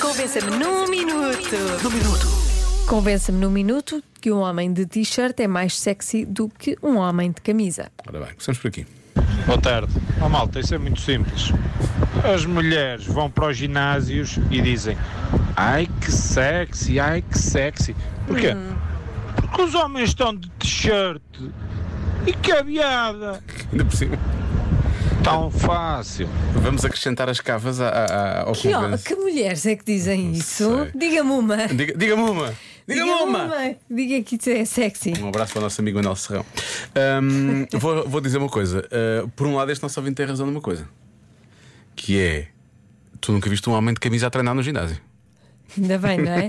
Convença-me num minuto. Num minuto. Convença-me num minuto que um homem de t-shirt é mais sexy do que um homem de camisa. Ora bem, começamos por aqui. Boa tarde. Oh, malta, isso é muito simples. As mulheres vão para os ginásios e dizem Ai que sexy, ai que sexy. Porquê? Porque os homens estão de t-shirt e cabeada. Ainda por cima. Tão fácil. Vamos acrescentar as cavas à, à, ao Que, ó, convence. que mulheres é que dizem isso? sei. Diga-me uma. Diga- Diga-me uma! Diga-me uma! Diga que isso é sexy. Um abraço para o nosso amigo Anel Serrão. Ahm, vou, vou dizer uma coisa. Ah, por um lado, este nosso ouvinte tem razão numa coisa: que é. Tu nunca viste um homem de camisa a treinar no ginásio. Ainda bem, não é?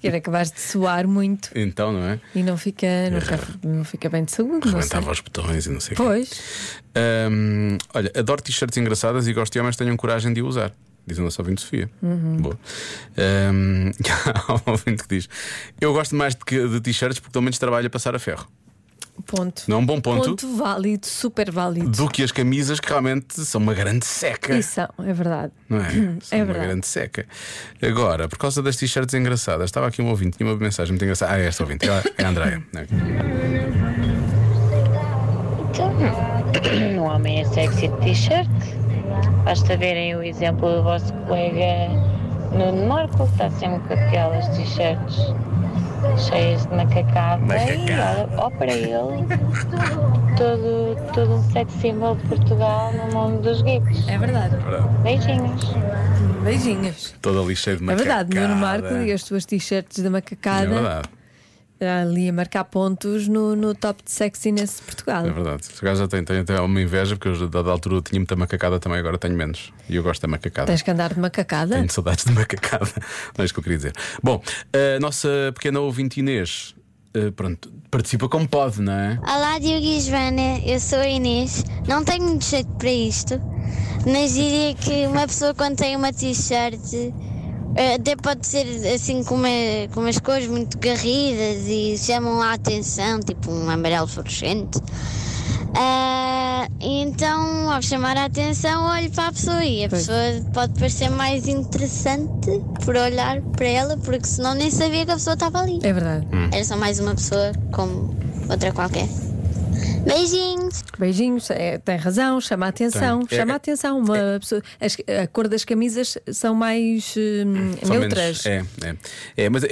Que era capaz de suar muito Então, não é? e não fica, não fica, não fica bem de saúde. Não sei. Levantava os botões e não sei o quê. Pois, Ahm, olha, adoro t-shirts engraçadas e gosto de homens que tenham coragem de o usar. Diz a nossa ouvinte Sofia. Uhum. Boa. Ahm, há um ouvinte que diz: Eu gosto mais de, que- de t-shirts porque pelo menos trabalho a passar a ferro. ponto. Não é um bom ponto, Ponto válido, super válido. do que as camisas que realmente são uma grande seca. Isso é verdade. Não é? São uma verdade. grande seca. Agora, por causa das t-shirts engraçadas, estava aqui um ouvinte, tinha uma mensagem muito engraçada. Ah, é esta ouvinte, é a- é a Andrea. Então, um homem é sexy de t-shirt. Basta verem o exemplo do vosso colega Nuno Marco, que está sempre com aquelas t-shirts cheias de macacada. E Macacada. olha, ó para ele, todo, todo um sex symbol de Portugal no nome dos guitos. É verdade. Beijinhos. Beijinhos. Toda ali cheia de É macacada. verdade, Nuno Marco e as tuas t-shirts da É macacada verdade. Tá ali a marcar pontos no, no top de sexiness de Portugal. É verdade. Por acaso já tenho, tenho até uma inveja, porque eu, da altura eu tinha muita macacada também, agora tenho menos. E eu gosto da macacada. Tens que andar de macacada? Tenho saudades de macacada. Não é isso que eu queria dizer. Bom, a nossa pequena ouvinte Inês, eh, pronto, participa como pode, não é? Olá, Diogo e Joana, eu sou a Inês. Não tenho muito jeito para isto, mas diria que uma pessoa quando tem uma t-shirt eh, até pode ser assim com, uma, com umas cores muito garridas e chamam a atenção, tipo um amarelo fluorescente. Ah, então, ao chamar a atenção, olho para a pessoa e a Pois. pessoa pode parecer mais interessante por olhar para ela, porque senão nem sabia que a pessoa estava ali. É verdade. Hum. Era só mais uma pessoa como outra qualquer. Beijinhos! Beijinhos, é, tem razão, chama a atenção. Tem. É- Chama a atenção. Uma pessoa, as- a cor das camisas são mais hum, São neutras. menos- é, é. É, mas é,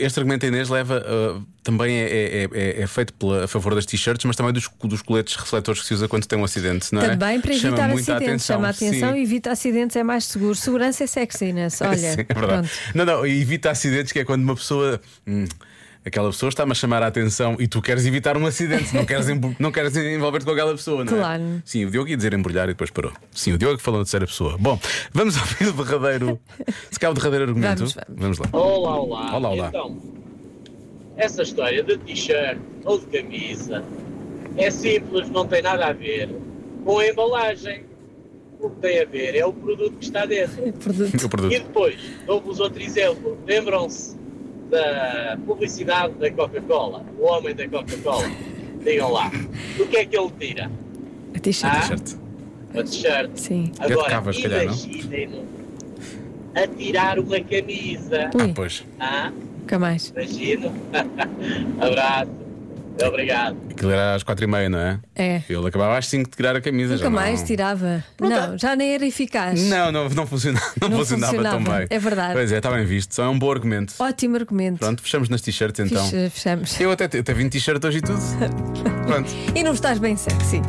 este argumento da Inês leva ah, também é, é- é- é feito pela- a favor das t-shirts, mas também dos, dos coletes refletores que se usa quando se tem um acidente, não é? Também para Chama evitar muita acidentes. Chama a atenção sim. e evita acidentes, é mais seguro. Segurança é sexiness. Olha, Sim, é pronto. verdade. Não, não, evita acidentes, que é quando uma pessoa. hum, aquela pessoa está-me a chamar a atenção e tu queres evitar um acidente, não queres, embu- não queres envolver-te com aquela pessoa, não é? Claro. Sim, o Diogo ia dizer embrulhar e depois parou. Sim, o Diogo falou de terceira pessoa. Bom, vamos ouvir o derradeiro. Se calhar o derradeiro argumento. Vamos, vamos. lá. Olá, olá. Olá, olá. Então, essa história de t-shirt ou de camisa é simples, não tem nada a ver com a embalagem. O que tem a ver é o produto que está dentro. Produto. O E produto. depois, dou-vos outro exemplo. Lembram-se da publicidade da Coca-Cola, o homem da Coca-Cola. Digam lá, o que é que ele tira? A t-shirt. Ah. T-shirt. Uma t-shirt. Sim. de Agora, cava, se calhar, não? imaginem-no a tirar uma camisa. Ui, Ah, pois. Ah? nunca mais. Imagino. Abraço. Obrigado. Aquilo era às quatro e meia, não é? É. Ele acabava às 5 de tirar a camisa. já Nunca mais não... tirava. não, já nem era eficaz. Não, não, não funciona- não funcionava, Não tão funcionava, bem. é verdade. Pois é, está bem visto. Só é um bom argumento. Ótimo argumento. Pronto, fechamos nas t-shirts então. Fecha- Fechamos. Eu até, até vim de t-shirt hoje e tudo. Pronto. E não estás bem sexy.